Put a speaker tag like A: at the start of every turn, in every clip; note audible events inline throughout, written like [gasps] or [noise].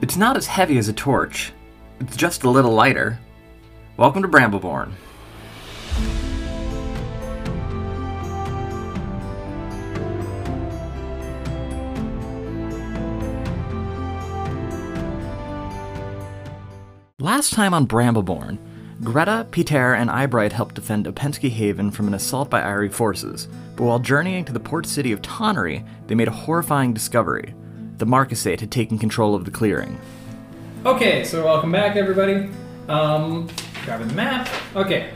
A: It's not as heavy as a torch, it's just a little lighter. Welcome to Brambleborn. Last time on Brambleborn, Greta, Peter, and Eyebright helped defend Openski Haven from an assault by Irie forces, but while journeying to the port city of Tonnery, they made a horrifying discovery. The Marcusate had taken control of the clearing.
B: Okay, so welcome back, everybody. Um, grabbing the map. Okay,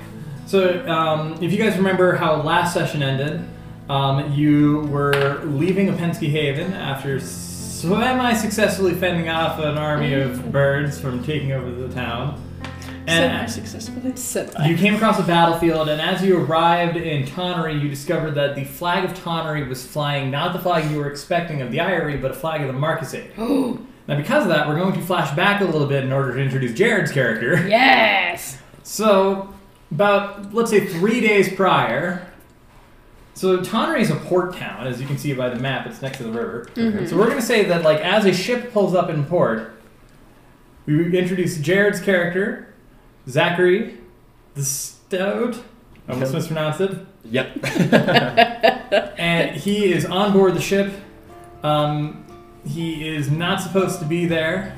B: so um, if you guys remember how last session ended, um, you were leaving Opensky Haven after semi-successfully fending off an army of birds from taking over the town. And
C: successfully.
B: [gasps] you came across a battlefield, and as you arrived in Tonnery, you discovered that the flag of Tonnery was flying not the flag you were expecting of the Irie, but a flag of the Marcusate. now, because of that, we're going to flash back a little bit in order to introduce Jared's character. [laughs]
C: Yes.
B: So, about, let's say, three days prior. So, Tonnery is a port town, as you can see by the map, it's next to the river. So, we're going to say that, like, as a ship pulls up in port, we introduce Jared's character, Zachary, the stout. I almost mispronounced it.
D: Yep.
B: And he is on board the ship. Um, he is not supposed to be there.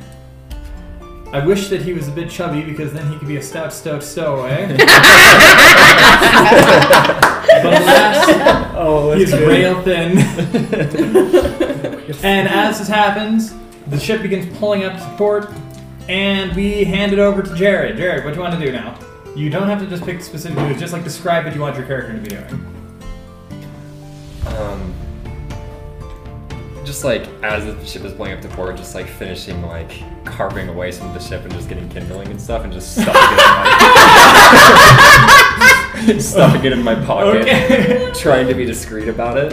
B: I wish that he was a bit chubby because then he could be a stout, stout stowaway. but alas,
D: Oh,
B: he's rail thin. and as this happens, the ship begins pulling up to port, and we hand it over to Jared. Jared, what do you want to do now? You don't have to just pick specific moves, just like describe what you want your character to be doing.
D: Um, just like as the ship is pulling up to port, just like finishing like carving away some of the ship and just getting kindling and stuff and just stuffing [laughs] it in my stuffing it in my pocket,
B: Okay. [laughs]
D: trying to be discreet about it.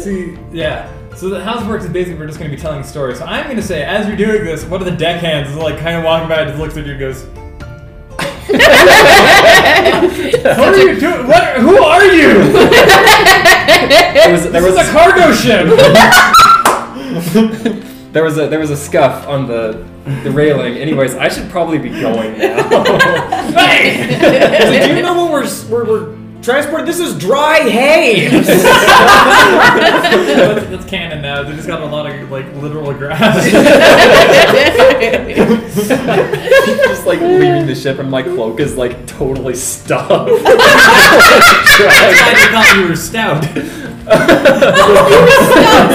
B: [laughs] See, yeah. So the house works is basically we're just gonna be telling stories. So I'm gonna say, as you're doing this, one of the deckhands is like kind of walking by, and just looks at you and goes, "What are you doing? What? Who are
D: [laughs]
B: you?
D: There was there
B: This
D: was
B: is a cargo ship."
D: [laughs] there was a there was a scuff on the the railing. Anyways, I should probably be going now.
C: Oh
E: [laughs]
F: Like, do you know what we're, s- we're, we're transporting? This is dry hay!
B: that's, that's canon now. They just got a lot of like literal
D: [laughs]
B: grass. [laughs]
D: just like leaving the ship and my cloak is like totally stuffed. [laughs]
B: I just thought you were stout. you open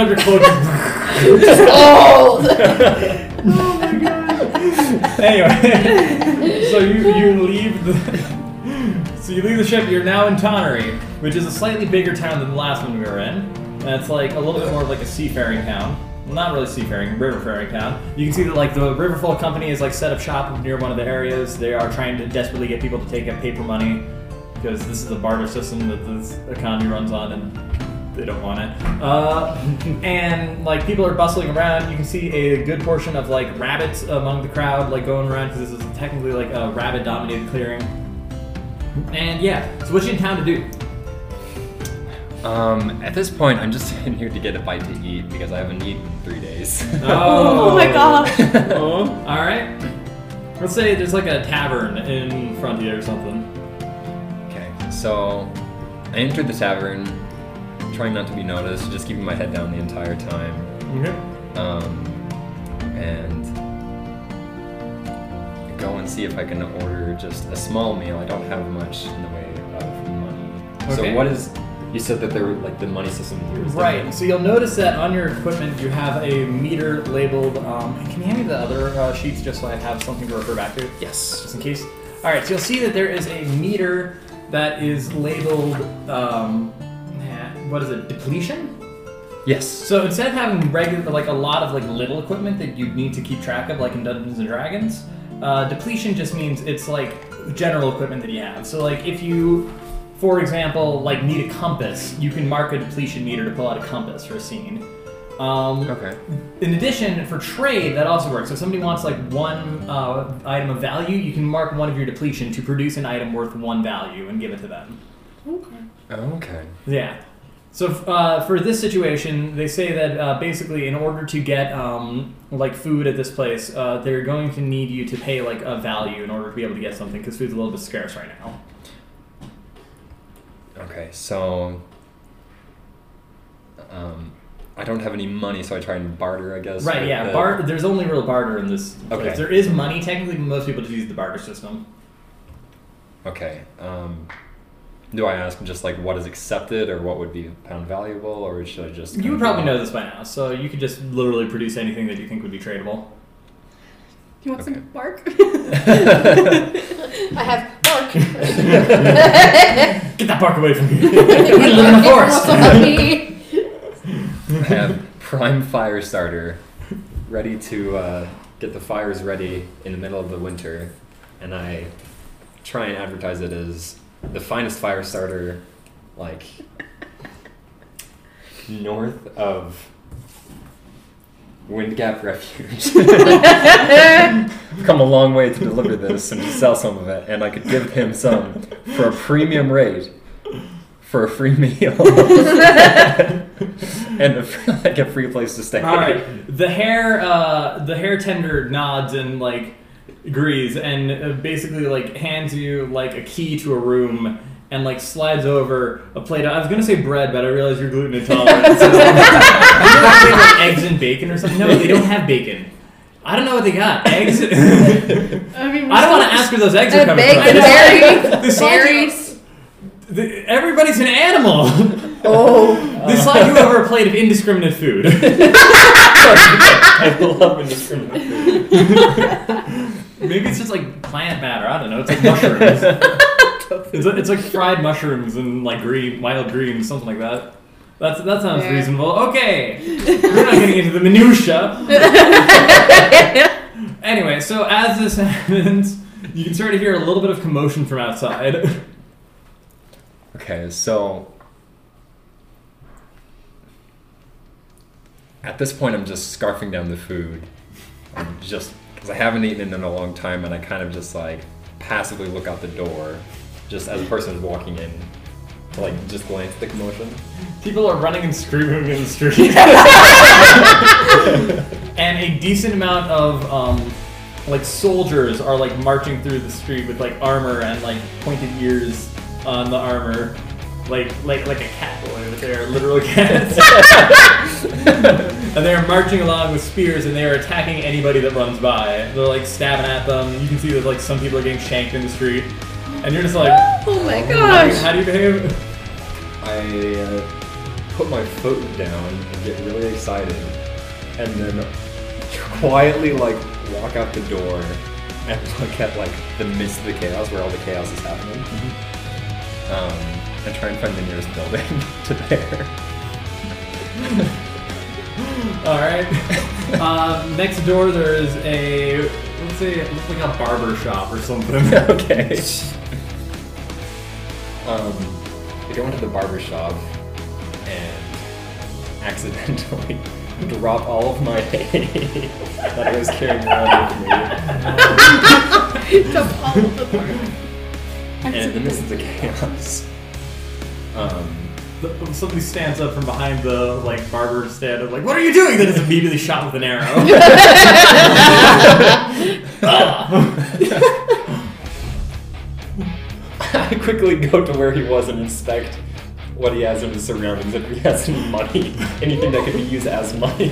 B: up your cloak.
D: [laughs]
C: Old.
B: [laughs] anyway, [laughs] so you you leave the [laughs] so you leave the ship. You're now in Tonnery, which is a slightly bigger town than the last one we were in. And it's like a little bit more of like a seafaring town. Well, not really seafaring, riverfaring town. You can see that like the Riverfall Company is like set up shop near one of the areas. They are trying to desperately get people to take up paper money because this is a barter system that this economy runs on, and they don't want it. Uh, and like people are bustling around. You can see a good portion of like rabbits among the crowd, like going around because this is technically like a rabbit-dominated clearing. And yeah, so what's you in town to do?
D: Um, at this point, I'm just in here to get a bite to eat because I haven't eaten in three days.
B: Oh,
C: my god.
B: All right. Let's say there's like a tavern in front here or something.
D: [laughs] okay, so I entered the tavern, trying not to be noticed, just keeping my head down the entire time. Um, and I go and see if I can order just a small meal. I don't have much in the way of money.
B: Okay.
D: So what is? You said that there were like the money system here is
B: Right.
D: different.
B: So you'll notice that on your equipment you have a meter labeled. Um, can you hand me the other uh, sheets just so I have something to refer back to?
D: Yes.
B: just in case. All right, so you'll see that there is a meter that is labeled, um, nah, what is it, depletion?
D: Yes.
B: So instead of having regular, like a lot of like little equipment that you'd need to keep track of, like in Dungeons and Dragons, uh, depletion just means it's like general equipment that you have. So like if you, for example, like need a compass, you can mark a depletion meter to pull out a compass for a scene. Um,
D: Okay.
B: in addition, for trade, that also works. So if somebody wants like one uh, item of value, you can mark one of your depletion to produce an item worth one value and give it to them.
D: Okay.
B: Yeah. So uh, for this situation, they say that uh, basically, in order to get um, like food at this place, uh, they're going to need you to pay like a value in order to be able to get something because food's a little bit scarce right now.
D: Okay, so um, I don't have any money, so I try and barter, I guess.
B: Right?
D: with
B: Yeah.
D: the-
B: Bar- there's only real barter in this.
D: Okay.
B: Place. There is money technically, but most people just use the barter system.
D: Okay. Um, do I ask just like what is accepted, or what would be pound valuable, or should I just?
B: You would probably know this by now, so you could just literally produce anything that you think would be tradable.
C: You want
D: Okay.
C: some
B: [laughs]
C: bark? I have bark.
B: Get that bark away from me. we live in a forest.
D: I [laughs] have prime fire starter, ready to uh, get the fires ready in the middle of the winter, and I try and advertise it as the finest fire starter, like north of Wind Gap Refuge. [laughs] I've come a long way to deliver this and to sell some of it, and I could give him some for a premium rate for a free meal [laughs] and a, fr- like a free place to stay.
B: All right. The hair, uh, the hair tender nods and like agrees, and uh, basically like hands you like a key to a room. And like slides over a plate. of- I was gonna say bread, but I realize you're gluten intolerant. So [laughs] I'm gonna say, like, eggs and bacon or something. No, they don't have bacon. I don't know what they got. Eggs. [laughs] I don't
C: I mean,
B: want to ask where those eggs are
G: And
B: coming
G: bacon,
B: from. I just- [laughs]
G: berries,
B: slide-
G: berries.
B: the- everybody's an animal. [laughs]
G: Oh,
B: They slide you over a plate of indiscriminate food.
D: [laughs] I love indiscriminate food.
B: Maybe it's just like plant matter. I don't know. It's like [laughs] mushrooms. it's, like, it's like fried mushrooms and like green, wild greens, something like that. That's, that sounds
G: Fair.
B: reasonable. Okay, we're not getting into the minutia. Anyway, so as this [laughs] happens, you can start to hear a little bit of commotion from outside.
D: Okay, so at this point, I'm just scarfing down the food, I'm just because I haven't eaten in a long time, and I kind of just like passively look out the door, just as a person is walking in, to like just glance at the commotion.
B: People are running and screaming in the [laughs] street. and a decent amount of um, like soldiers are like marching through the street with like armor and like pointed ears on the armor, like like like a cat boy with their literal [laughs] cats. and they're marching along with spears and they are attacking anybody that runs by. They're like stabbing at them. You can see that like some people are getting shanked in the street, and you're just like,
G: oh my
B: how do you-
G: gosh.
B: how do you behave?
D: I uh, put my foot down and get really excited, and then quietly like walk out the door and [laughs] look at like the midst of the chaos where all the chaos is happening, um, and try and find the nearest building [laughs] to there.
B: All
D: [laughs]
B: right. uh, next door, there is a let's say it looks like a barber shop or [laughs] something.
D: [laughs] okay. Um, I go into the barber shop and accidentally [laughs] drop all of my [laughs] that I was carrying around with me.
E: [laughs]
D: And then this is the chaos. Um, [laughs]
B: The- Somebody stands up from behind the like barber stand. i like, what are you doing? That is immediately shot with an arrow.
D: [laughs]
E: Ah.
D: [laughs]
E: [laughs]
D: I [laughs] quickly go to where he was and inspect what he has in his surroundings, if he has any money, anything that could be used as money.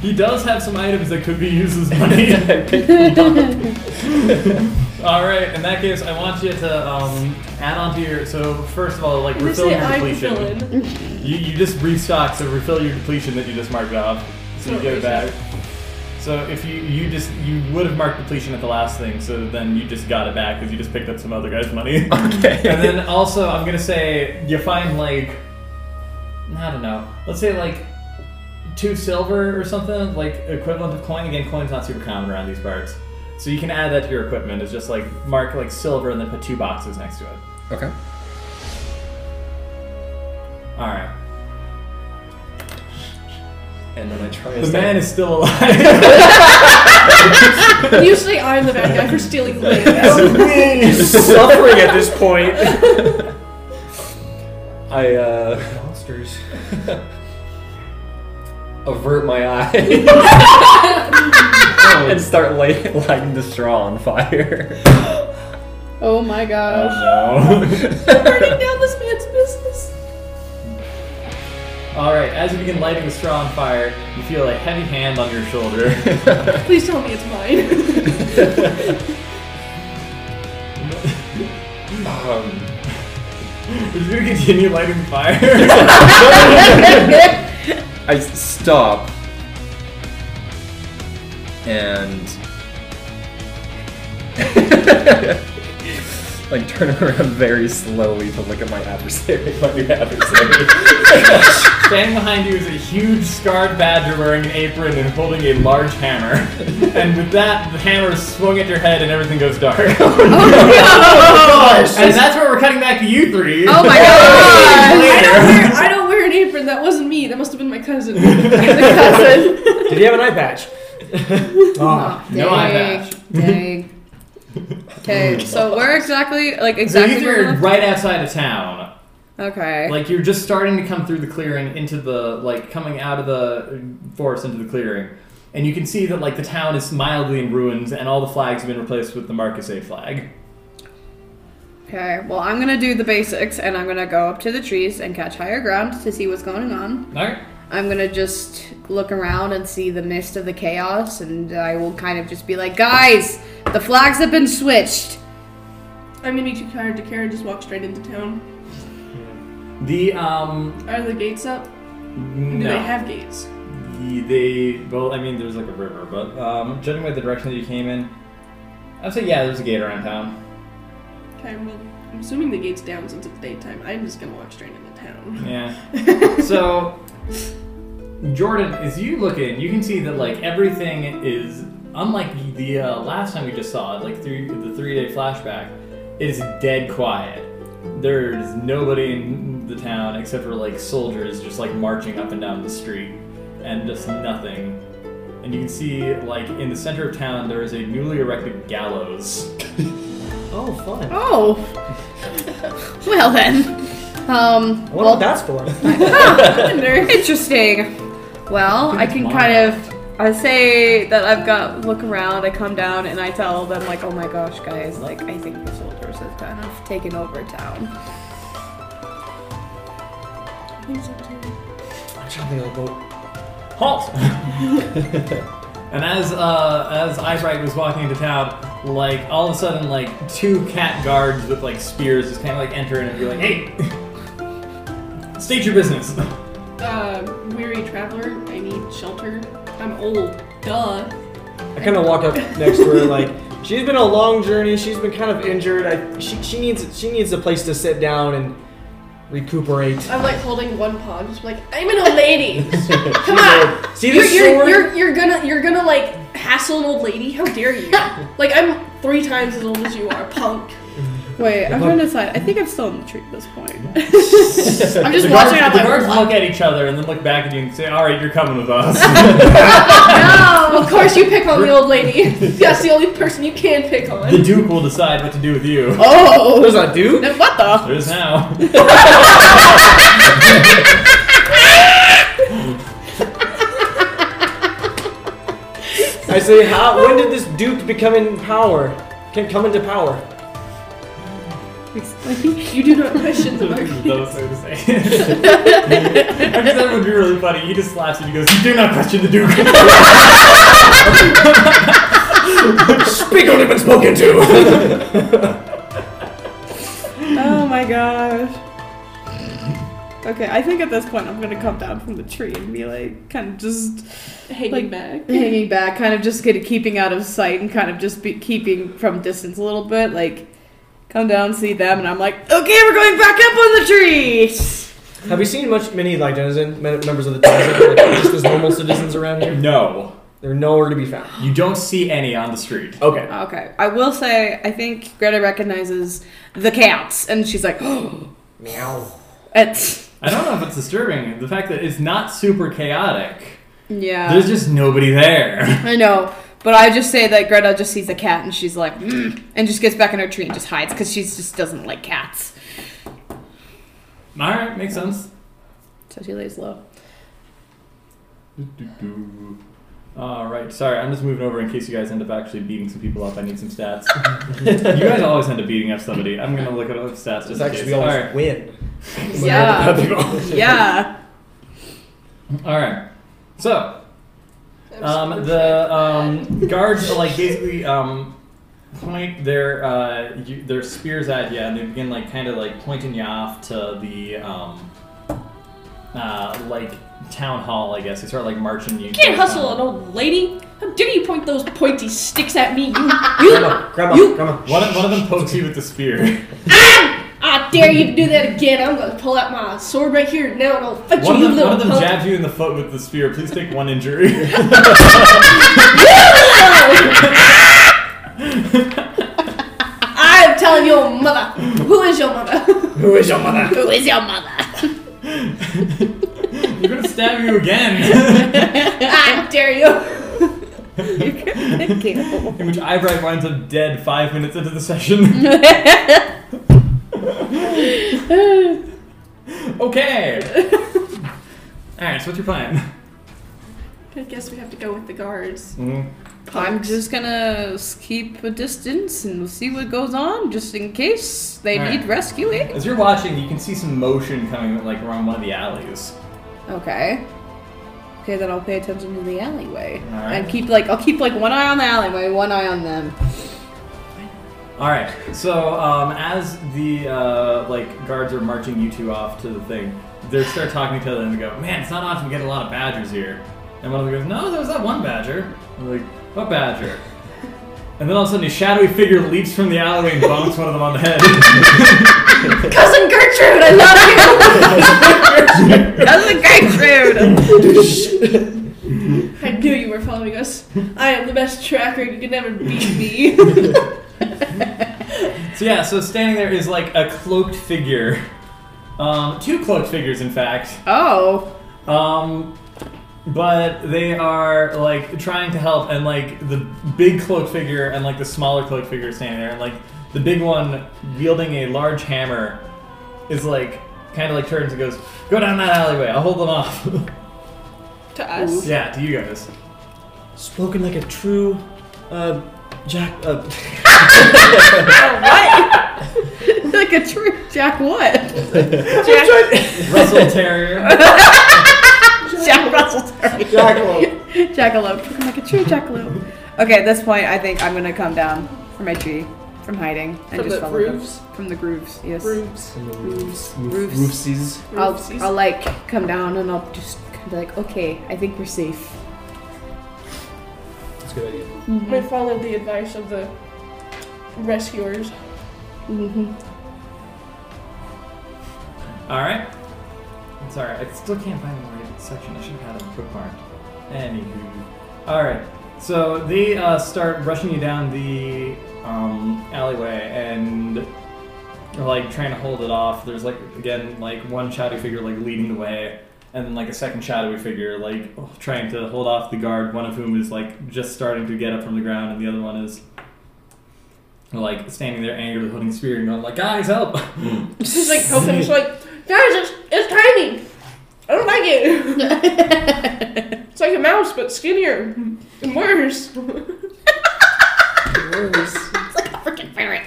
B: he does have some items that could be used as money.
D: [laughs] I pick them up.
C: [laughs]
B: [laughs] All right. In that case, I want you to um, add on to your. So first of all, like refill your depletion. You you just restock, so refill your depletion that you just marked off, so you get it back. So if you you just you would have marked depletion at the last thing, so then you just got it back because you just picked up some other guy's [laughs] money.
D: Okay.
B: and then also, I'm gonna say you find like I don't know, let's say like two silver or something, like equivalent of coin. Again, coin's not super common around these parts, so you can add that to your equipment. It's just like mark like silver and then put two boxes next to it.
D: Okay.
B: All right.
D: And then I try and
B: The
D: start-
B: man is still alive. [laughs]
C: Usually I'm the bad guy for stealing the [laughs]
D: [laughs]
F: He's suffering at this point.
D: I uh,
F: Monsters.
D: [laughs] avert my eyes [laughs] and start light- lighting the straw on fire.
C: Oh my gosh. Burning down this man's business.
B: All right, as you begin lighting the straw on fire, you feel a heavy hand on your shoulder.
C: Please tell me it's mine.
D: [laughs] um,
B: You're just gonna continue lighting the fire.
D: I s- stop and [laughs] like turn around very slowly to look at my adversary, my new adversary.
B: Standing behind you is a huge scarred badger wearing an apron and holding a large hammer. and with that, the hammer is swung at your head and everything goes dark. and that's where we're cutting back to you three.
C: Oh my
B: [laughs] Later.
C: god! I don't wear I don't wear an apron. That wasn't me. That must have been my cousin. [laughs] The cousin.
F: [laughs] Did he have an eye patch?
E: Ah.
C: Oh,
B: No eye patch.
C: Dang. Okay, so where exactly? Like
B: So you
C: exactly
B: three
C: where?
B: are
C: we
B: right outside of town.
C: left? Okay.
B: Like you're just starting to come through the clearing into the like coming out of the forest into the clearing, and you can see that like the town is mildly in ruins and all the flags have been replaced with the Marcus A flag.
C: Okay. Well, I'm gonna do the basics, and I'm gonna go up to the trees and catch higher ground to see what's going on.
B: All right.
C: I'm gonna just look around and see the mist of the chaos, and I will kind of just be like, guys, the flags have been switched.
G: I'm gonna be too tired to care. Just walk straight into town.
B: The um
G: Are the gates up? Do
B: no
G: they have gates?
B: The- they well I mean there's like a river, but um judging by the direction that you came in, I'd say yeah there's a gate around town.
G: Okay, well, I'm assuming the gate's down since it's daytime. I'm just gonna walk straight into town.
B: Yeah. so jordan as you look in you can see that like everything is unlike the uh, last time we just saw it like three, the three day flashback it is dead quiet there's nobody in the town except for like soldiers just like marching up and down the street and just nothing and you can see like in the center of town there is a newly erected gallows
F: Oh, fun.
C: Oh. [laughs] well then. Um.
F: What
C: well,
F: about that for?
C: Interesting. Well, I can kind of. I say that I've got look around. I come down and I tell them like, "Oh my gosh, guys! Like, I think the soldiers have kind of taken over town."
G: I think so too.
F: I'm trying to think of a boat.
B: halt. [laughs] and as uh, as Eyebright was walking into town, like all of a sudden, like two cat guards with like spears just kind of like enter in and be like, "Hey, state your business."
G: Uh, weary traveler, I need shelter. I'm old. Duh.
F: I kind of walk up next to her, like she's been a long journey. She's been kind of injured. I she, she needs she needs a place to sit down and recuperate.
G: I'm like holding one paw, just like I'm an old lady.
B: [laughs]
G: Come
F: She's
G: on.
F: old. See
G: You're,
F: this
G: you're,
F: sword?
G: you're, you're gonna you're gonna like hassle an old lady? How dare
B: [laughs]
G: you? like I'm three times as old as you are, punk.
C: Wait, I'm
F: trying
C: to decide. I think I'm still in the tree at this point. [laughs]
B: I'm
C: just
B: the
C: watching
B: guards,
C: out
B: The
G: [laughs]
C: like,
B: guards
C: what?
B: look at each other and then look back at you and say, "All right, you're coming with us." [laughs]
G: Of course you pick on the
B: [laughs]
G: old lady. That's the only person you can pick
B: the
G: on.
B: Duke will decide what to do with you.
F: Oh, there's a dude.
C: Then what the?
B: There is now. [laughs]
F: I say, how? When did this duke become in power? Can come into power?
G: You do not
B: [laughs]
G: question the
B: Those
G: market.
B: things to say. [laughs] I guess that would be really funny. He just slaps and he goes, "You do not question the Duke." [laughs]
F: Speak only when spoken to.
E: Oh my gosh. Okay, I think at this point I'm gonna come down from the tree and be like, kind of just
G: Hanging
E: Like-
G: back.
E: hanging back, kind of just get, keeping out of sight and kind of just be keeping from distance a little bit. Like, come down, see them, and I'm like, okay, we're going back up on the tree.
F: Have you seen much many like denizen men- members of the
G: [laughs]
F: denizen, like, just as normal citizens around here?
B: no.
F: They're nowhere to be found.
B: You don't see any on the street.
F: Okay.
E: Okay, I will say I think Greta recognizes the cats, and she's like, oh,
F: Meow.
E: it's
B: I don't know if it's disturbing. The fact that it's not super chaotic.
E: yeah.
B: There's just nobody there.
E: [laughs]
B: [laughs]
E: I know, but I just say that Greta just sees a cat and she's like, mm, and just gets back in her tree and just hides because she just doesn't like cats.
B: All right, makes sense.
E: So she lays low.
B: All right, sorry, I'm just moving over in case you guys end up actually beating some people up. I need some
F: [laughs]
B: stats. you guys always end up beating up somebody. I'm gonna look at other stats just
F: It's
B: in
F: actually
B: case.
F: we
B: All
F: almost
B: right,
F: win.
E: Yeah. yeah.
B: all right. So
G: I'm
B: Um,
G: super
B: the
G: sad.
B: um, guards like basically um, point their uh, you, their spears at you, and they begin like kind of like pointing you off to the um, uh, like town hall. I guess they start like marching you.
G: You can't
B: to the
G: hustle an
B: town.
G: old lady. How dare you point those pointy sticks at me? You,
F: Grandma,
G: you,
F: grandma,
G: you-
F: grandma.
B: One of, one
G: [laughs]
B: of them pokes you with the spear.
G: I dare you to do that again. I'm gonna pull out my sword right here now and I'll fight
B: [laughs] One of
G: you,
B: them,
G: you
B: one of
G: little
B: them
G: punk. [laughs]
B: jabs you in the foot with the spear. Please take one injury. [laughs]
G: I'm telling your mother. Who is your mother? [laughs]
F: Who is your mother?
E: Who is your [laughs] mother?
B: They're gonna stab you
G: [laughs]
B: again.
G: I dare you.
B: in which Eyebright winds up dead five minutes into the session. okay. All right. So what's your plan?
G: I guess we have to go with the guards.
B: Mm-hmm.
E: I'm just gonna s- keep a distance and see what goes on, just in case they
B: Alright.
E: need rescuing.
B: As you're watching, you can see some motion coming like around one of the alleys.
E: Okay. Okay, then I'll pay attention to the alleyway
B: Alright.
E: and keep like I'll keep like one eye on the alleyway, one eye on them.
B: All right. So um, as the uh, like guards are marching you two off to the thing, they start talking to each other and they go, "Man, it's not often we get a lot of badgers here." And one of them goes, "No, there was that one badger." And they're like, "What badger?" And then all of a sudden, a shadowy figure leaps from the alleyway and bonks one of them on the head.
G: Cousin Gertrude, I love
E: That's a great
G: you. I knew you were following us. I am the best tracker. You can never beat me.
E: [laughs]
B: So yeah, so standing there is like a cloaked figure, um, two cloaked figures, in fact.
E: Oh.
B: Um, but they are like trying to help, and like the big cloak figure and like the smaller cloak figure standing there, and like the big one wielding a large hammer is like kind of like turns and goes, "Go down that alleyway. I'll hold them off." [laughs]
E: To us.
B: yeah, to you guys.
F: Spoken like a true, uh, Jack. Uh, [laughs]
E: like a true Jack what?
B: Russell Terrier.
E: [laughs] Jack Russell Terry.
G: [laughs]
F: Jackalope.
E: Jackalope. Talking like a true jackalope. Okay, at this point I think I'm gonna come down from my tree. From hiding and
G: From
E: just
G: the
E: follow them.
G: roofs?
E: From the grooves, yes.
G: Rooms.
F: Roofs.
E: Roofs.
F: Roofsies.
E: I'll,
G: Roofsies.
E: I'll like come down and I'll just be like, okay, I think we're safe.
F: That's a good idea.
G: I followed the advice of the rescuers.
E: Mm-hmm.
B: All right. I'm sorry, I still can't find the right section. I should have had it bookmarked. Anywho. All right. So they uh, start rushing you down the um, alleyway and are, like trying to hold it off. There's like again like one shadowy figure like leading the way, and then like a second shadowy figure like oh, trying to hold off the guard. One of whom is like just starting to get up from the ground, and the other one is like standing there angrily holding a spear and going like, "Guys, help!" [laughs]
G: She's like helping. She's like, guys, it's, it's tiny. I don't like it. [laughs] it's like a mouse, but skinnier and worse. [laughs]
E: Freaking ferret.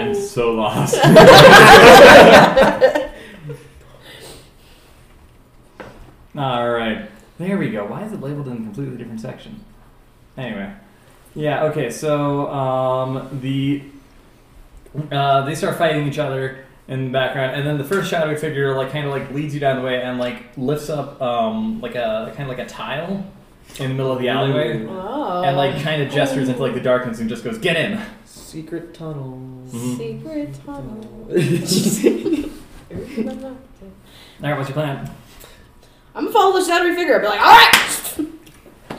B: I'm so lost. All right, there we go. Why is it labeled in a completely different section? Anyway, yeah. Okay, so um, the uh, they start fighting each other in the background, and then the first shadowy figure like kind of like leads you down the way and like lifts up um, like a kind of like a tile in the middle of the alleyway,
E: Oh.
B: and like kind of gestures into like the darkness and just goes, "Get in."
F: Secret tunnels. [laughs]
E: secret tunnel.
B: All right, what's your plan?
E: I'm gonna follow the shadowy figure. I'll be like, all right.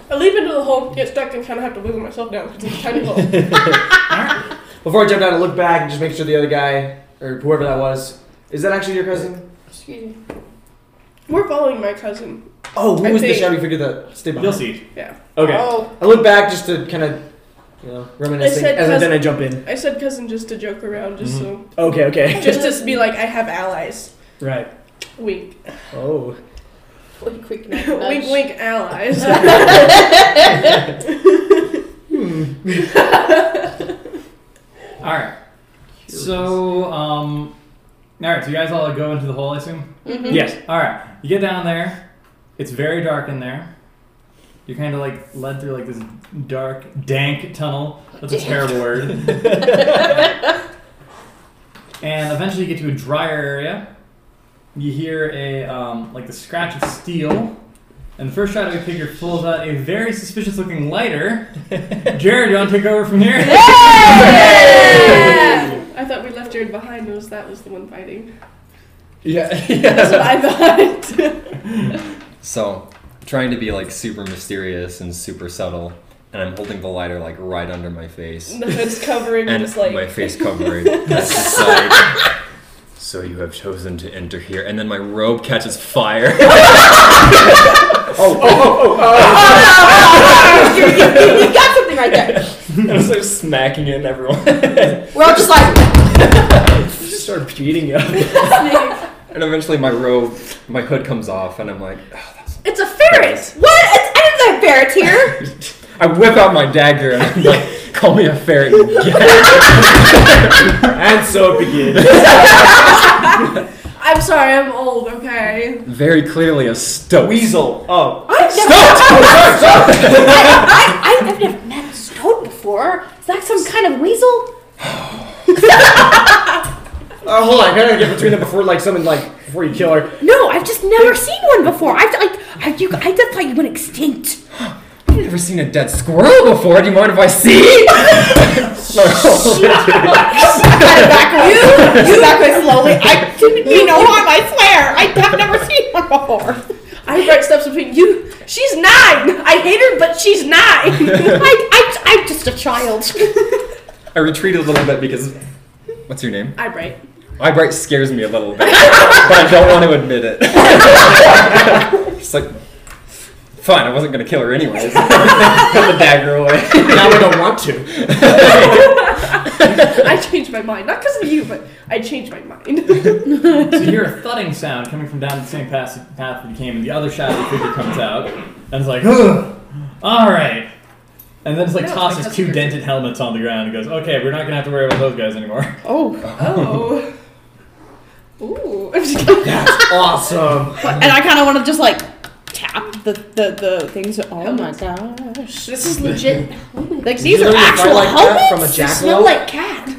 G: I leap into the hole, get stuck, and kind of have to wiggle myself down because it's a tiny hole.
B: [laughs]
F: Before I jump down, I look back and just make sure the other guy or whoever that was is that actually your cousin?
G: Excuse me. We're following my cousin.
F: Oh, who
G: I
F: was the
G: think-
F: shadowy figure that stayed behind?
B: You'll see.
G: Yeah.
B: Okay.
G: Oh,
F: I look back just to kind of You know, reminiscing.
G: said
F: And then
G: cousin-
F: I jump in.
G: I said cousin just to joke around, just
B: Mm-hmm.
G: so,
F: Okay, okay.
G: [laughs]
E: [laughs]
G: just to be like, I have allies.
F: [laughs] right.
G: Wink,
F: Oh.
H: Quick, quick, nudge,
G: [laughs] wink,
H: nudge.
G: wink, allies.
E: [laughs]
B: All right. So, um, all right. So you guys all go into the hole, I assume.
E: Mm-hmm.
F: Yes.
B: All right. You get down there. It's very dark in there. You're kind of like led through like this dark, dank tunnel. That's a terrible word. and eventually, you get to a drier area. You hear a um, like the scratch of steel. And the first shadowy figure pulls out a very suspicious-looking lighter. Jared, you want to take over from here?
G: I thought we left Jared behind. It was that was the one fighting. [laughs]
D: Yeah. [laughs]
G: That's what I thought. [laughs]
D: So, trying to be like super mysterious and super subtle, and I'm holding the lighter like right under my face.
G: the hood's covering
D: and
G: just like
D: my face
F: [laughs]
D: covering. It's just like, so you have chosen to enter here, and then my robe catches fire.
F: [laughs]
H: You got something right there.
D: I'm so smacking in everyone, and
H: We're all just like,
F: [laughs] Just start beating up.
D: eventually my robe, my hood comes off, and I'm like, "Oh, that's-"
H: it's a ferret. What? It's, I didn't say ferret [laughs] here.
D: I whip out my dagger and I'm
F: [laughs]
D: like, call me a ferret. you get it."
F: and so it begins.
G: I'm sorry, I'm old. Okay.
D: Very clearly a stoat.
F: Weasel. Oh.
H: I've never, I, I, I've never met a stoat before. Is that some kind of weasel?
F: Oh, hold on. I gotta get between them before like someone like before you kill her.
H: No, I've just never seen one before. I've like, I, you, I just thought you went extinct.
D: I've never seen a dead squirrel before. Do you mind if I
F: [laughs]
D: see? [laughs]
H: kind of [laughs] back away. You, you back [laughs] away slowly. I didn't [laughs] mean no harm. I swear. I have never [laughs] seen one before.
G: I have right steps between you. She's nine. I hate her, but
D: [laughs]
G: she's nine.
H: I, I, I'm just a child.
D: I retreat a little bit because. What's your name?
G: [laughs] I bright.
D: Eyebright scares me a little bit, but I don't want to admit [laughs] it. It's like, fine, I wasn't gonna kill her [laughs] anyways. Put the dagger away.
F: Now I don't want to.
G: I changed my mind, not because of you, but I changed my mind.
D: [laughs]
B: So you hear a thudding sound coming from down the same pass- path that you came, and the other shadowy figure comes out, and it's like, "Ugh, all right. And then it's like
G: No, it's my
B: tosses
G: cousin
B: two
G: Richard.
B: dented helmets on the ground and goes, okay, we're not gonna have to worry about those guys anymore. [laughs]
G: Oh. Ooh. [laughs] I'm just kidding.
F: Awesome.
E: And I kind of want to just like tap the the, the things. Oh my gosh!
H: This is legit.
E: Like these
F: You
E: are
F: literally fight
E: actual
F: like that
E: helmets.
F: from a
H: They
F: jackalope.
H: smell like cat.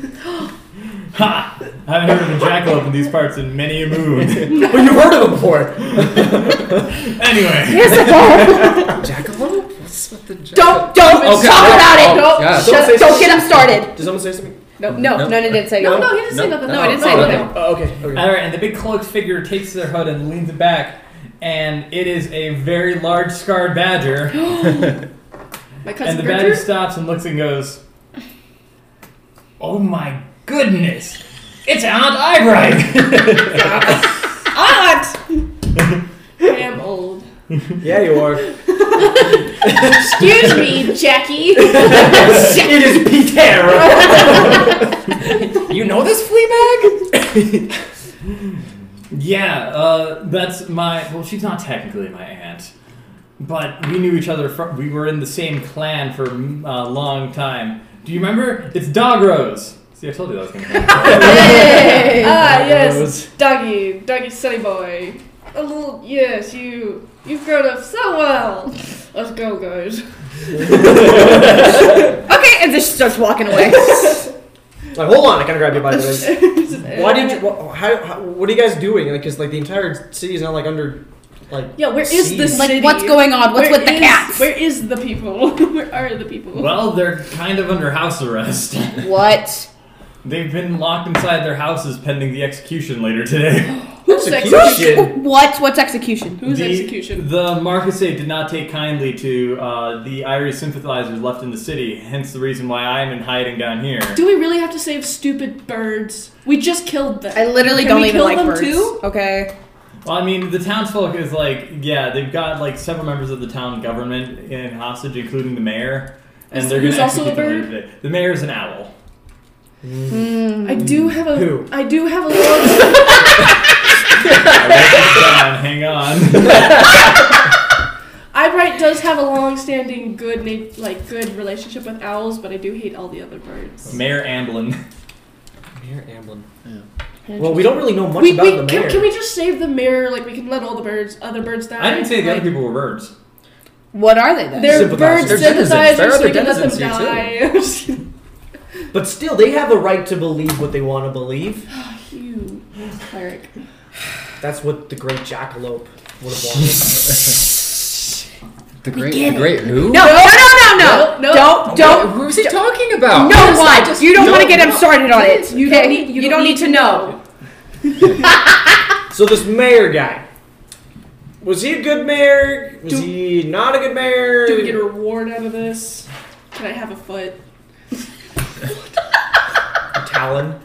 B: Ha! I haven't heard of a jackalope in these parts in many a
F: [laughs]
B: moon.
F: But you heard of them before.
B: anyway,
H: Years ago.
D: Jackalope? What's with the jackalope?
H: Don't don't
D: Okay.
H: talk about it.
D: Oh,
H: Don't
D: God.
H: shut,
F: Don't say
H: don't, get him started.
F: Did someone say something?
E: No, no,
D: No.
E: no, no, didn't say
G: No,
E: no.
G: no, he didn't say
D: No,
G: nothing.
D: no,
G: I didn't
D: no,
G: say
D: no.
G: anything.
F: Oh, okay. okay.
B: all right, and the big cloaked figure takes their hood and leans it back, and it is a very large scarred badger.
G: My
B: and
G: cousin
B: the badger
G: Gertrude.
B: stops and looks and goes, "Oh my goodness, it's Aunt [laughs] Eyebright!"
G: Aunt. [laughs] I am old.
F: Yeah, you are. it
H: Excuse me,
G: [laughs]
H: Jackie.
G: Ah,
F: is Peter.
D: You know this flea bag?
B: [laughs] yeah, uh, that's my. Well, she's not technically my aunt, but we knew each other. From, we were in the same clan for mm, a long time. Do you remember? It's Dog Rose. See, I told you that was going to happen.
G: Ah yes, Dougie, Dougie, silly boy. A little yes, you you've grown up so well. Let's go, guys.
E: [laughs] [laughs] Okay, and just starts walking away.
F: Like, hold on. I gotta grab you by the waist. Why
G: Why
F: did you? What, how, how, what are you guys doing? Like, cause like the entire city is now like under, like.
G: Yeah, where is
F: Jeez.
G: this
E: [laughs] Like,
G: city?
E: what's going on? What's with the
G: is-
E: cats?
G: Where is the people? [laughs] where are the people?
B: well, they're kind of under house arrest. [laughs]
E: what?
B: They've been locked inside their houses pending the execution later today.
G: Who's
F: Execution.
E: What? What's execution?
G: Who's
B: the,
G: execution?
B: The Marquisate did not take kindly to uh, the Irish sympathizers left in the city, hence the reason why I'm in hiding down here.
G: Do we really have to save stupid birds? We just killed them.
E: I literally
G: Can
E: don't
G: we
E: even
G: kill
E: like
G: them
E: birds.
G: too?
E: Okay.
B: Well, I mean, the townsfolk is like, yeah, they've got like several members of the town government in hostage, including the mayor. and they're
G: Who's
B: gonna
G: also a
B: execute the
G: bird?
B: leader today. The mayor's an owl.
E: Hmm.
G: I do have a. I
F: Who?
G: do have a little.
B: I wrote this down, hang on. [laughs]
G: Eyebright does have a long-standing good, na- like good relationship with owls, but I do hate all the other birds.
B: Mayor Amblin.
F: Mayor Amblin. Well, we don't really know much
G: we,
F: about
G: we,
F: the mayor.
G: can, can we just save the mirror? Like we can let all the birds, other birds die.
B: I didn't say the
G: like,
B: other people were birds.
E: What are they then?
G: They're bird
A: They're denizens.
F: Sympathizers.
A: There are
G: sympathizers, so
A: other
G: we can let them
A: denizens
G: die. I'm just kidding.
F: But still, they have a right to believe what they want to believe.
G: [laughs] You cleric.
F: That's what the great jackalope would have
G: [laughs]
F: wanted.
I: The great, the great who?
E: No, no, no, no, no,
G: No,
E: Don't,
G: no.
I: Don't.
E: don't.
I: Who's he talking about?
E: No
I: Honestly, I
E: one.
I: just
E: you don't want to get him
I: know.
E: started on it.
G: You
E: okay?
G: don't need- you
E: You
G: don't
E: don't need
G: need
E: to
G: to
E: know.
F: so this mayor guy, was he a good mayor? Was he not a good mayor?
G: Do we get a reward out of this? Can I have a foot?
F: Talon?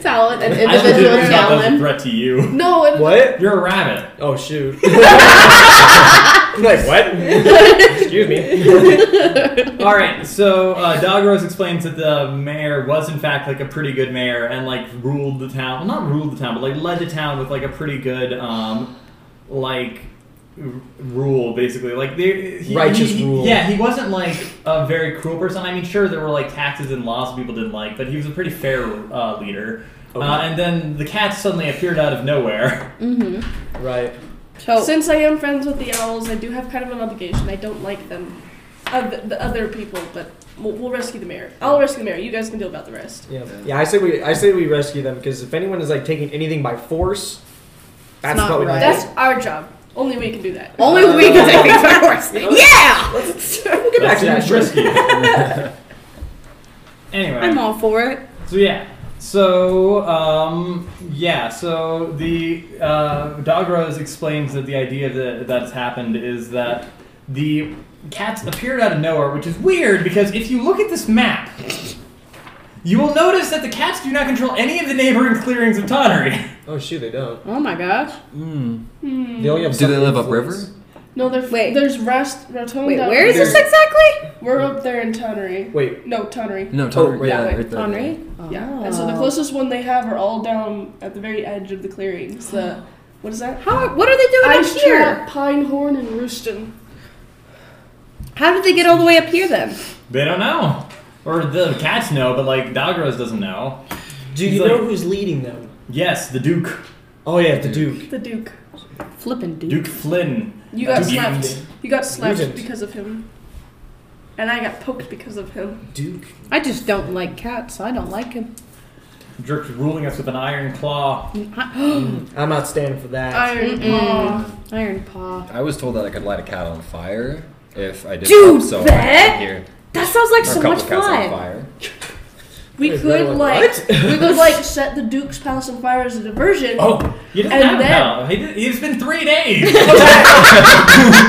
E: Talent and
B: I don't think that was a threat to you.
G: No, and
F: What?
B: You're a rabbit.
G: [laughs]
F: Oh shoot! [laughs] I'm like what? [laughs] Excuse me.
B: All right, so uh, Dogrose explains that the mayor was in fact like a pretty good mayor and like ruled the town. Well, not ruled the town, but like led the town with like a pretty good um, like r- rule, basically. Like they, he,
F: Righteous
B: he- he-
F: rule.
B: Yeah, he wasn't like a very cruel person. I mean, sure there were like taxes and laws people didn't like, but he was a pretty fair uh, leader. Uh, and then the cat suddenly appeared out of nowhere.
E: Mm-hmm.
F: Right.
E: So
G: Since I am friends with the owls, I do have kind of an obligation. I don't like them, uh, the, the other people, but we'll, we'll rescue the mayor. I'll rescue the mayor. You guys can deal about the rest.
F: Yeah. Yeah. I say we. I say we rescue them because if anyone is like taking anything by force, that's
E: not
F: probably
E: right.
G: That's our job. Only we can do that.
E: only we can take things by force. Yeah,
F: We'll get back to
B: That's
F: that. Sure.
B: risky.
F: [laughs]
B: anyway.
E: I'm all for it.
B: So yeah. So um, yeah. So the uh, Dog Rose explains that the idea that that's happened is that the cats appeared out of nowhere, which is weird because if you look at this map, you will notice that the cats do not control any of the neighboring clearings of Tonnery.
F: Oh shoot! They don't.
E: Oh my gosh.
F: They only have.
I: Do they
F: some
I: live
F: influence.
I: upriver?
G: No, there's
E: Wait.
G: there's rest. Rotunda.
E: Wait, where is this
F: There's-
E: exactly?
G: We're up there in Tonnery.
F: Wait.
G: No, Tonnery.
I: No, Tonnery.
F: wait,
I: Oh, yeah,
G: wait.
I: right there.
E: Henri.
G: Yeah.
E: Oh.
G: And so the closest one they have are all down at the very edge of the clearings. The what is that?
E: How? What are they doing
G: Ice
E: up here?
G: Trap, Pinehorn, and Rooston.
E: How did they get all the way up here then?
B: [laughs] They don't know, or the cats know, but like Dog Rose doesn't know.
F: Do
B: He's
F: you
B: like-
F: know who's leading them?
B: Yes, the Duke,
F: Oh yeah, the Duke.
G: The Duke.
E: Flippin' dude.
B: Duke Flynn.
G: You got
B: Duke
G: slapped.
B: Flynn.
G: You got slapped
F: Regent.
G: because of him. And I got poked because of him.
F: [gasps] Duke.
E: I just don't like cats. I don't like [gasps] him.
B: Dirk's ruling us with an iron claw.
F: I'm not standing for that.
G: Iron Paw.
E: Iron paw.
I: I was told that I could light a cat on fire if I did
E: Dude,
I: up, so
E: that-
I: I here.
E: That sounds like
I: Or
E: so
I: a couple
E: much
I: cats on
E: fun.
I: fire.
G: We
F: Wait,
G: could
F: what?
G: like we
F: [laughs]
G: could like set the Duke's palace on fire as a diversion.
B: Oh, you didn't
G: And
B: have
G: then-
B: now. He did, it's been three days.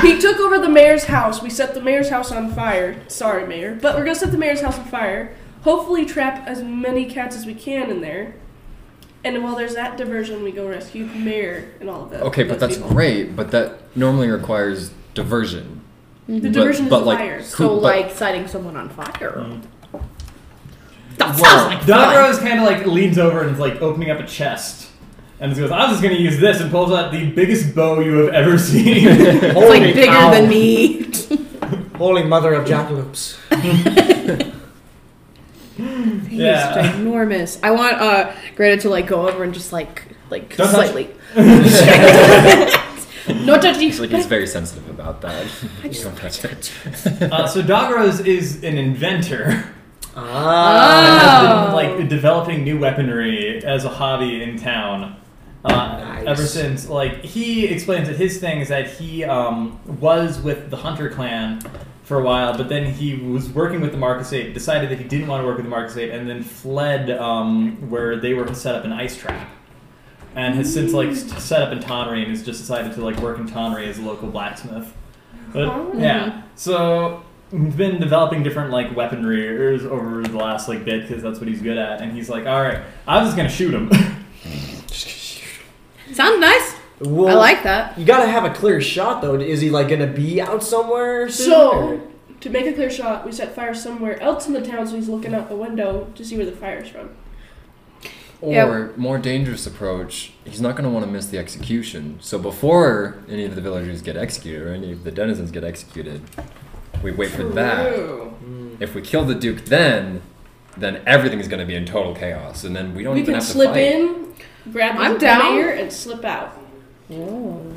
G: [laughs] He took over the mayor's house. We set the mayor's house on fire. Sorry, mayor, but we're gonna set the mayor's house on fire. Hopefully, trap as many cats as we can in there. And while there's that diversion, we go rescue the mayor and all of that.
I: Okay, but that's great. But that normally requires diversion.
G: The diversion
I: but
G: is
I: like-
G: fire.
E: So
I: Cool, but-
E: like sighting someone on fire. That
B: Mm. Well,
E: sounds like
B: Don
E: fun.
B: Rose kind of like leans over and is like opening up a chest. And just goes, I was just gonna use this and pulls out the biggest bow you have ever
F: [laughs]
B: seen.
E: It's
F: Holy
E: like bigger
F: cow.
E: than me.
F: Holy mother of jackalopes.
E: He's
B: Yeah.
E: ginormous. I want uh Greta to like go over and just like like
B: Don't touch-
E: slightly. [laughs]
G: No touching.
I: It's like he's very sensitive about that. [laughs] Just don't touch it.
B: uh, so Dog Rose is an inventor.
F: Ah.
B: and has
E: Oh.
B: been like developing new weaponry as a hobby in town. Uh,
F: Nice.
B: Ever since, like he explains that his thing is that he um, was with the Hunter clan for a while, but then he was working with the Marcus Eight, decided that he didn't want to work with the Marcus Eight, and then fled um, where they were set up an ice trap, and has since like s- set up in Tonry and has just decided to like work in Tonry as a local blacksmith. But yeah, so he's been developing different like weaponry over the last like bit because that's what he's good at, and he's like, all right, I was just gonna shoot him. [laughs]
E: Sound nice.
F: Well,
E: I like that.
F: You gotta have a clear shot though. Is he like gonna be out somewhere? soon,
G: So, To make a clear shot, we set fire somewhere else in the town so he's looking out the window to see where the fire's from.
D: Or
E: Yeah.
D: more dangerous approach, he's not going to want to miss the execution. So before any of the villagers get executed or any of the denizens get executed, we wait for that.
F: Hmm.
D: If we kill the duke then, then everything's going to be in total chaos, and then we don't
G: we
D: even
G: can
D: have to
G: slip
D: fight.
G: in, grab
E: I'm
G: the
E: down.
G: mayor, and slip out.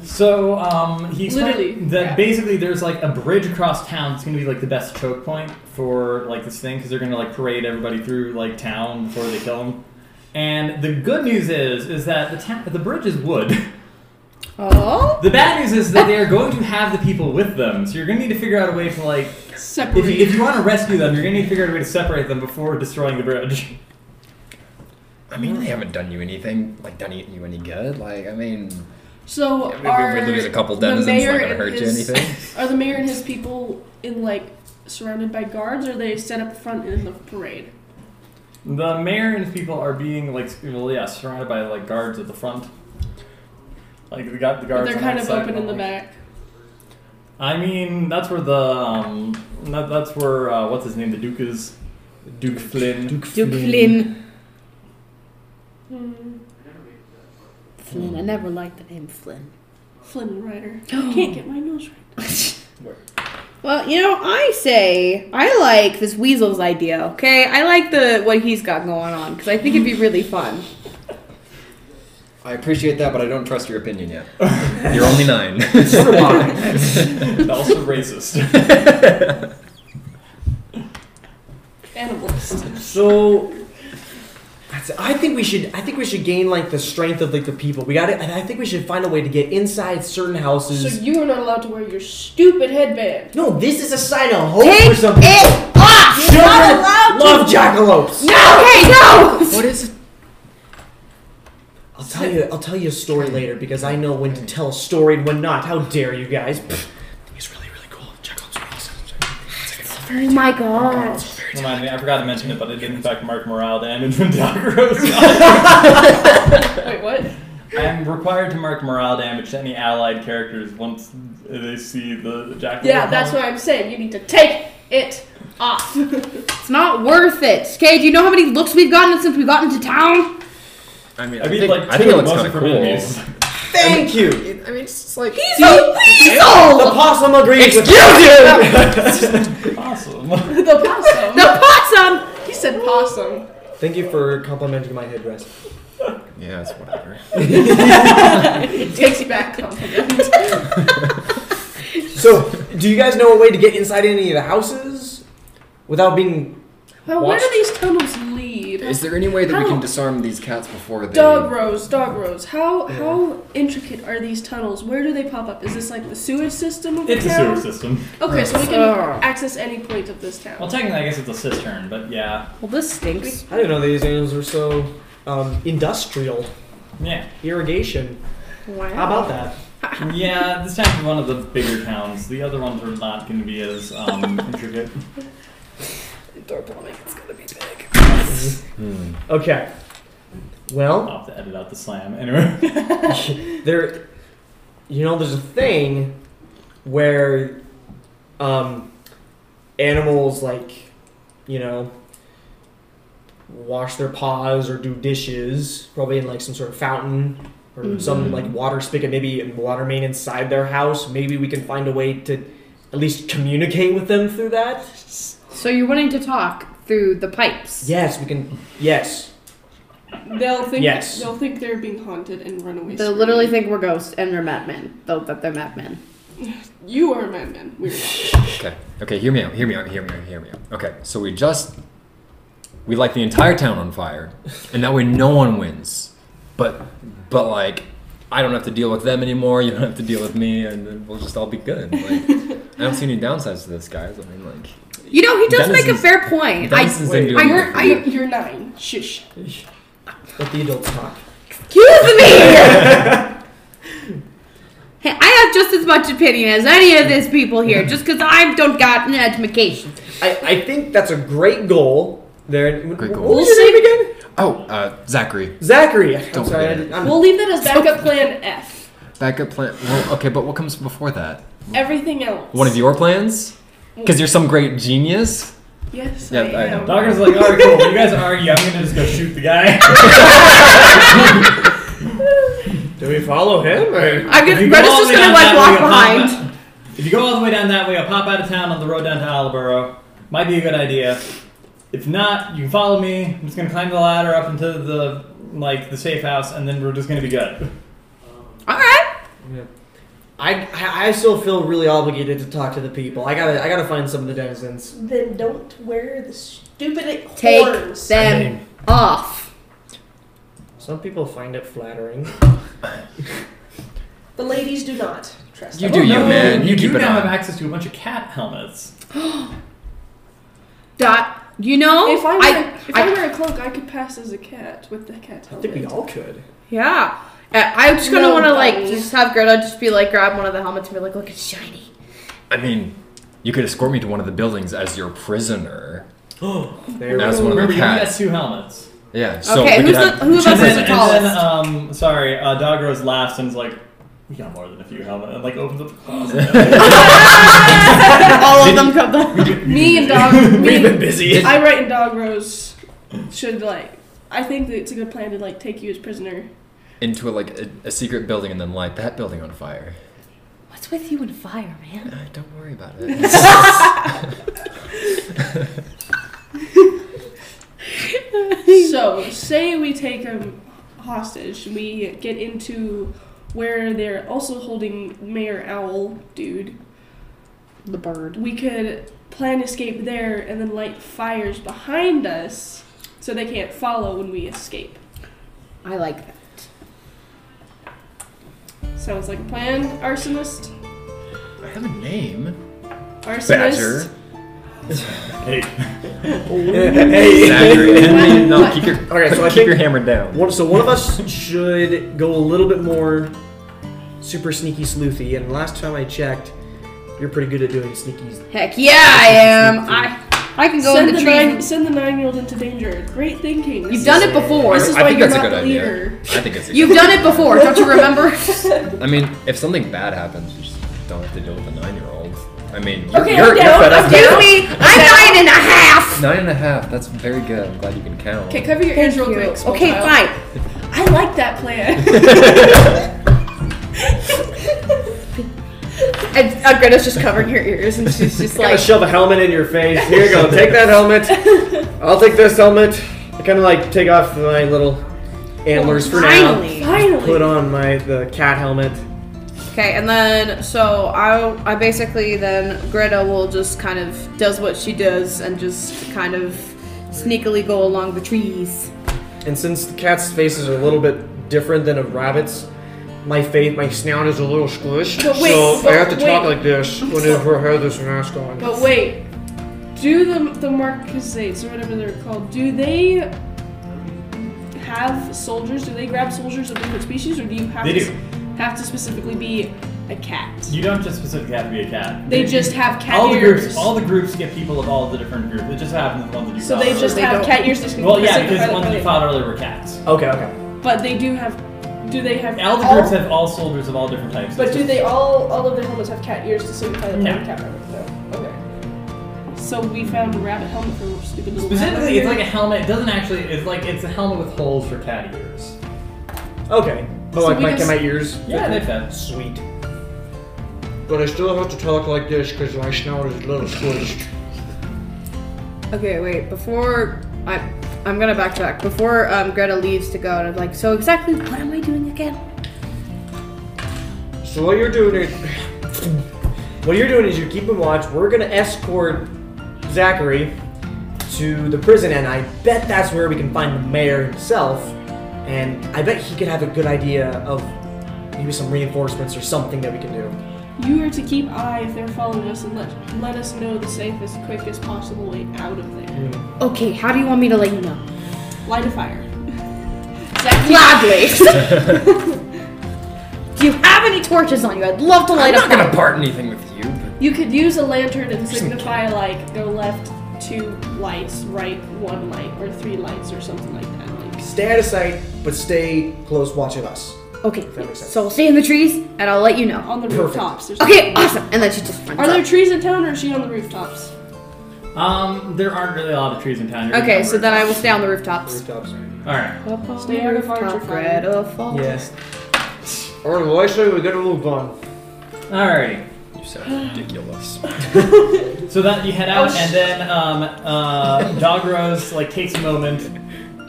B: So um, he explained
G: Literally,
B: that
G: yeah.
B: basically there's like a bridge across town. It's gonna be like the best choke point for like this thing because they're gonna like parade everybody through like town before they kill them. And the good news is is that the ta- the bridge is wood. [laughs]
E: Oh?
B: The bad news is that they are going to have the people with them. So you're gonna need to figure out a way to like
E: Separate.
B: if you, if you want to rescue them, you're gonna need to figure out a way to separate them before destroying the bridge.
D: I mean, they haven't done you anything, like done you any good. Like, I mean,
G: So
D: if
G: are
D: we lose a couple
G: the
D: denizens, it's
G: mayor
D: not going to
G: and
D: hurt you
G: his-
D: anything.
G: Are the mayor and his people in like surrounded by guards, or are they set up front in the parade?
B: [laughs] The mayor and his people are being like, well, yeah, surrounded by like guards at the front. Like they got the
G: But
B: guards.
G: they're
B: on
G: kind
B: that
G: of
B: side
G: open
B: and
G: in the
B: all.
G: back.
B: I mean, that's where the um, that, that's where uh, what's his name, the Duke is, Duke Flynn. Duke
E: Duke
F: [laughs]
E: Flynn.
G: Hmm.
E: Flynn. I never liked the name Flynn. [laughs]
G: Flynn Rider. I [gasps] can't get my nose right.
E: Well, you know, I say I like this weasel's idea. Okay, I like the what he's got going on because I think it'd be really fun.
D: [laughs] I appreciate that, but I don't trust your opinion yet. [laughs] You're only nine.
B: also [laughs] racist.
G: Animalist.
D: [laughs]
F: So that's, I think we should. I think we should gain like the strength of like the people. We got it. I think we should find a way to get inside certain
G: So
F: houses.
G: you are not allowed to wear your
D: [laughs]
G: stupid headband.
F: no, this is a sign of hope
E: Take
F: Oh, for something.
E: it off.
F: Children
E: allowed to- [laughs]
F: love jackalopes.
E: No, okay, no.
D: what is?
F: I'll tell you. I'll tell you a story later because I know when to tell a story and when not. How dare you guys? Pfft. It's really really cool. Jackalopes are awesome.
E: Oh my god.
B: Remind me, I forgot to mention it, but it did in fact mark morale the damage when Doc Rose. [laughs]
G: Wait, what?
B: I'm required to mark morale damage to any allied characters once they see the jackal.
G: Yeah, that's what I'm saying. You need to take it off. [laughs]
E: It's not worth it. Okay, do you know how many looks we've gotten since we've gotten to town?
D: [laughs] I mean, I,
B: I mean,
D: think,
B: like,
D: I think
B: two,
D: it looks
B: mostly
D: kind of
B: from
D: cool.
B: enemies.
F: Thank you.
D: I mean, it's just like
E: He's a
F: The
E: weasel.
F: possum agrees. with-
B: [laughs]
D: [laughs]
B: Awesome.
G: [laughs] the possum.
E: The possum.
G: He said possum.
F: Thank you for complimenting my headdress.
D: yeah, it's whatever.
G: It takes [laughs] back compliment.
F: So, do you guys know a way to get inside any of the houses without being?
G: Well, where do these tunnels lead?
D: Is there any way that we
G: How-
D: can disarm these cats before they?
G: Dog rows, dog rows. How how intricate are these tunnels? Where do they pop up? Is this like the sewage system of the
B: It's a
G: town?
B: sewer system.
G: Okay, so we can
E: Ugh.
G: access any point of this town.
B: Well, technically, I guess it's a cistern, but yeah,
E: Well, this stinks.
F: I didn't know these animals were so um, industrial [laughs]
B: yeah,
F: irrigation.
E: Wow.
F: How about that?
B: yeah. This town's one of the bigger towns. The other ones are not going to be as um, intricate.
G: Door plumbing, it's gonna be big.
D: Hmm.
F: Okay. Well,
B: I'll have to edit out the slam anyway. [laughs]
F: there. You know, there's a thing where um, animals like, you know, wash their paws or do dishes, probably in like some sort of fountain or some like water spigot, maybe a water main inside their house. Maybe we can find a way to at least communicate with them through that.
E: So you're wanting to talk through the pipes?
F: Yes, we can. Yes.
G: They'll think
F: Yes.
G: they'll think they're being haunted and run away.
E: They
G: screaming.
E: literally think we're ghosts and we're madmen. Though that they're madmen.
G: you are a madman. We're not.
D: Okay. Okay. Hear me out. Hear me out. Hear me out. Hear me out. Okay. So we just we light the entire town on fire, and that way no one wins. But but like I don't have to deal with them anymore. You don't have to deal with me, and then we'll just all be good. Like I don't see any downsides to this, guys. I mean, like
E: You know, he does make a
D: Denizens-
E: fair point. I,
D: denizens didn't do
E: I,
D: anything.
E: I,
G: You're, you're nine. Shush.
F: Let the adults talk.
E: Excuse
B: [laughs]
E: me! hey, I have just as much opinion as any of these people here, just because I don't got an education.
F: I, I think that's a great goal. There.
D: Great
F: what
D: goal.
F: was your name again?
D: oh uh, Zachary,
F: Zachary. I'm
D: Don't
F: sorry. I
D: forget it.
F: didn't, I'm,
G: We'll leave that as backup plan F.
D: backup plan. Well, okay, but what comes before that?
G: Everything else.
D: One of your plans?
I: Because you're some great genius.
G: Yes,
I: Yeah,
G: I
I: I
G: am.
B: Dogger's like, all right, cool. You guys argue. I'm gonna just go shoot the guy.
F: Do we follow him? Or?
E: I'm
B: If you go
E: gonna, Greta's
B: all the
E: just
B: way
E: gonna
B: down
E: like
B: that way,
E: walk
B: you'll pop
E: behind.
B: out- If you go all the way down that way, I'll pop out of town on the road down to Attleboro. Might be a good idea. If not, you can follow me. I'm just gonna climb the ladder up into the like the safe house, and then we're just gonna be good.
E: All right.
F: I, I I still feel really obligated to talk to the people. I gotta I gotta find some of the denizens.
G: Then don't wear the stupid
E: Take
G: horns.
E: them off.
F: Some people find it flattering.
G: The ladies do not trust.
I: You
G: them.
I: do you, man. You, keep
B: Oh, do
I: it
B: now
I: on.
B: have access to a bunch of cat helmets.
E: Dot. You know,
G: If I
E: I,
G: wear, if I, wear a cloak, I could pass as a cat with the cat
F: I
G: helmet.
F: think we all could.
E: yeah. Uh, I'm just gonna
G: No,
E: want to like
G: buddy.
E: just have Greta just be like grab one of the helmets and be like, look, it's shiny.
I: I mean, you could escort me to one of the buildings as your prisoner.
F: [gasps] There
I: As
F: we
I: one
F: go.
I: of
B: Remember,
I: the
B: you only got
I: cats.
B: two helmets.
I: Yeah. So
E: okay,
I: we
E: who's
I: could
E: the
I: have
E: who of us
B: And
E: is
B: then,
E: the
B: and then,
E: tallest?
B: um, sorry, uh, Dogger's laughs and's like, we got more than a few helmets, and like opens up the closet.
E: [laughs]
I: [laughs]
E: All of them come down.
G: Me and dog.
F: We've been
G: me,
F: busy.
G: I write and dog rose should like. I think that it's a good plan to like take you as [laughs] prisoner.
I: into a, like a, a secret building and then light that building on fire.
E: What's with you and fire, man?
I: Uh, don't worry about it.
G: so say we take him hostage. We get into where they're also holding Mayor Owl, dude.
E: The bird.
G: We could plan escape there and then light fires behind us so they can't follow when we escape.
E: I like that.
G: Sounds like a plan, arsonist.
I: I have a name. Badger.
G: Arsonist.
B: hey,
I: Zachary. Henry. No, keep your
F: [laughs] Okay, so I
I: keep
F: think- [laughs]
I: your hammer down.
F: One, so one of us should go a little bit more super sneaky sleuthy. And last time I checked, you're pretty good at doing sneaky.
E: Heck yeah, I am. I I can go
G: Send
E: in the,
G: the,
E: trees.
G: nine, send the nine-year-old into danger. Great thinking.
E: You've done it before.
G: This is
I: I
G: why
I: think
G: you're
I: that's a
G: not
I: good
G: the
I: idea.
G: leader.
I: I think it's. A
E: You've
I: good
E: done it before, don't you remember?
I: I mean, if something bad happens, you just don't have to deal with a nine-year-old. I mean, you're,
G: [laughs] Okay,
I: you're, you're
G: I'm down,
I: fed up.
G: I'm
I: now.
E: Excuse me, I'm nine and a half.
I: Nine and a half. That's very good. I'm glad you can count.
G: Okay,
I: [laughs]
G: cover your ears real quick. small
E: Okay,
G: child.
E: fine.
G: I like that plan.
E: And
G: [laughs]
E: uh, Greta's just covering her ears, and she's just
F: Gotta
E: like,
F: shove a helmet in your face. Here you go. Take
G: [laughs]
F: that helmet. I'll take this helmet. I kind of like take off my little antlers for
E: finally.
F: now. Put on my the cat helmet.
E: Okay, and then so I I basically then Greta will just kind of does what she does and just kind of sneakily go along the trees.
F: And since the cat's faces are a little bit different than a rabbit's, my face, my snout is a little squished.
G: But wait,
F: so
G: but
F: I have to talk
G: wait.
F: like this whenever I have this mask on.
G: But wait, do the the Marcusades or whatever they're called? Do they have soldiers? Do they grab soldiers of different species, or do you have
B: They
G: to
B: do.
G: have to specifically be a cat?
B: you don't just specifically have to be a cat.
G: They just have cat
B: all the
G: ears.
B: groups, all the groups get people of all the different groups. It just happens the ones that you
G: so
B: follow.
G: they just
E: they
G: have
E: don't-
G: cat ears. Just
B: well, yeah,
G: specific
B: because
G: by
B: the ones that
G: color.
B: you fought earlier were cats.
F: Okay, okay.
G: But they do have. Do they have
B: All the groups have all soldiers of all different types.
G: But do they all all of their helmets have cat ears to signify that they're
B: No.
G: cat rabbit? No. Okay. So we found a rabbit helmet for stupid little rabbit
B: Specifically, it's
G: here.
B: like a helmet. It doesn't actually. It's like it's a helmet with holes for cat ears.
F: Okay. But
G: So
F: like
G: we
F: my,
G: can
F: can my
G: s-
F: ears.
B: Yeah, they fit.
F: Sweet. But I still have to talk like this because my snout is a little squished.
E: Okay, wait. Before I I'm gonna backtrack. Before um, Greta leaves to go, and I'm like, so exactly what am I doing again?
F: So what you're doing is, what you're doing is you're keeping watch. We're gonna escort Zachary to the prison, and I bet that's where we can find the mayor himself. And I bet he could have a good idea of maybe some reinforcements or something that we can do.
G: You are to keep eye if they're following us and let, let us know the safest, quickest possible way out of there.
E: Okay, how do you want me to let you know?
G: Light a fire. [laughs]
E: Gladly. [laughs] do you have any torches on you? I'd love to
I: I'm
E: light
I: not
E: up.
G: [laughs]
I: gonna part anything with you. But
G: You could use a lantern and signify like go left two lights, right one light, or three lights, or something like that. Like,
F: Stay out of sight, but stay close watch of us.
E: Okay,
F: that makes sense.
E: so we'll stay in the trees and I'll let you know.
G: on the
F: Perfect.
G: rooftops. There's
E: Okay, awesome. And then she just runs
G: Are there
E: up.
G: trees in town, or is she on the rooftops?
J: Um, there aren't really a lot of trees in town. You're
E: Okay,
J: gonna
E: so then I will stay on the rooftops.
F: Rooftops.
J: All right.
G: Stay on the fire
E: Greta Falls.
F: Yes. Or Loisha, we gotta move on.
J: All right.
D: You sound ridiculous.
J: So that you head out,
G: Oh, sh-
J: and then um, uh,
G: [laughs]
J: Dogrose like takes a moment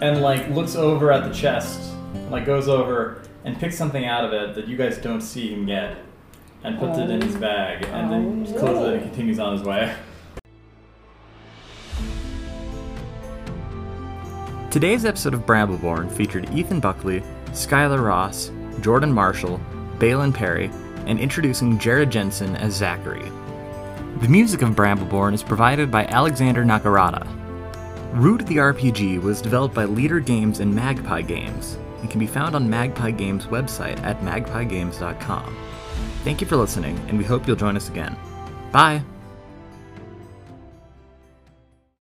J: and like looks over at the chest, like goes over and picks something out of it that you guys don't see him yet, and puts it in
G: Oh.
J: his bag, and then just closes it and continues on his way.
B: Today's episode of Brambleborn featured Ethan Buckley, Skylar Ross, Jordan Marshall, Balin Perry, and introducing Jared Jensen as Zachary. The music of Brambleborn is provided by Alexander Nakarada. Root the RPG was developed by Leader Games and Magpie Games and can be found on Magpie Games' website at magpiegames.com. Thank you for listening, and we hope you'll join us again. Bye!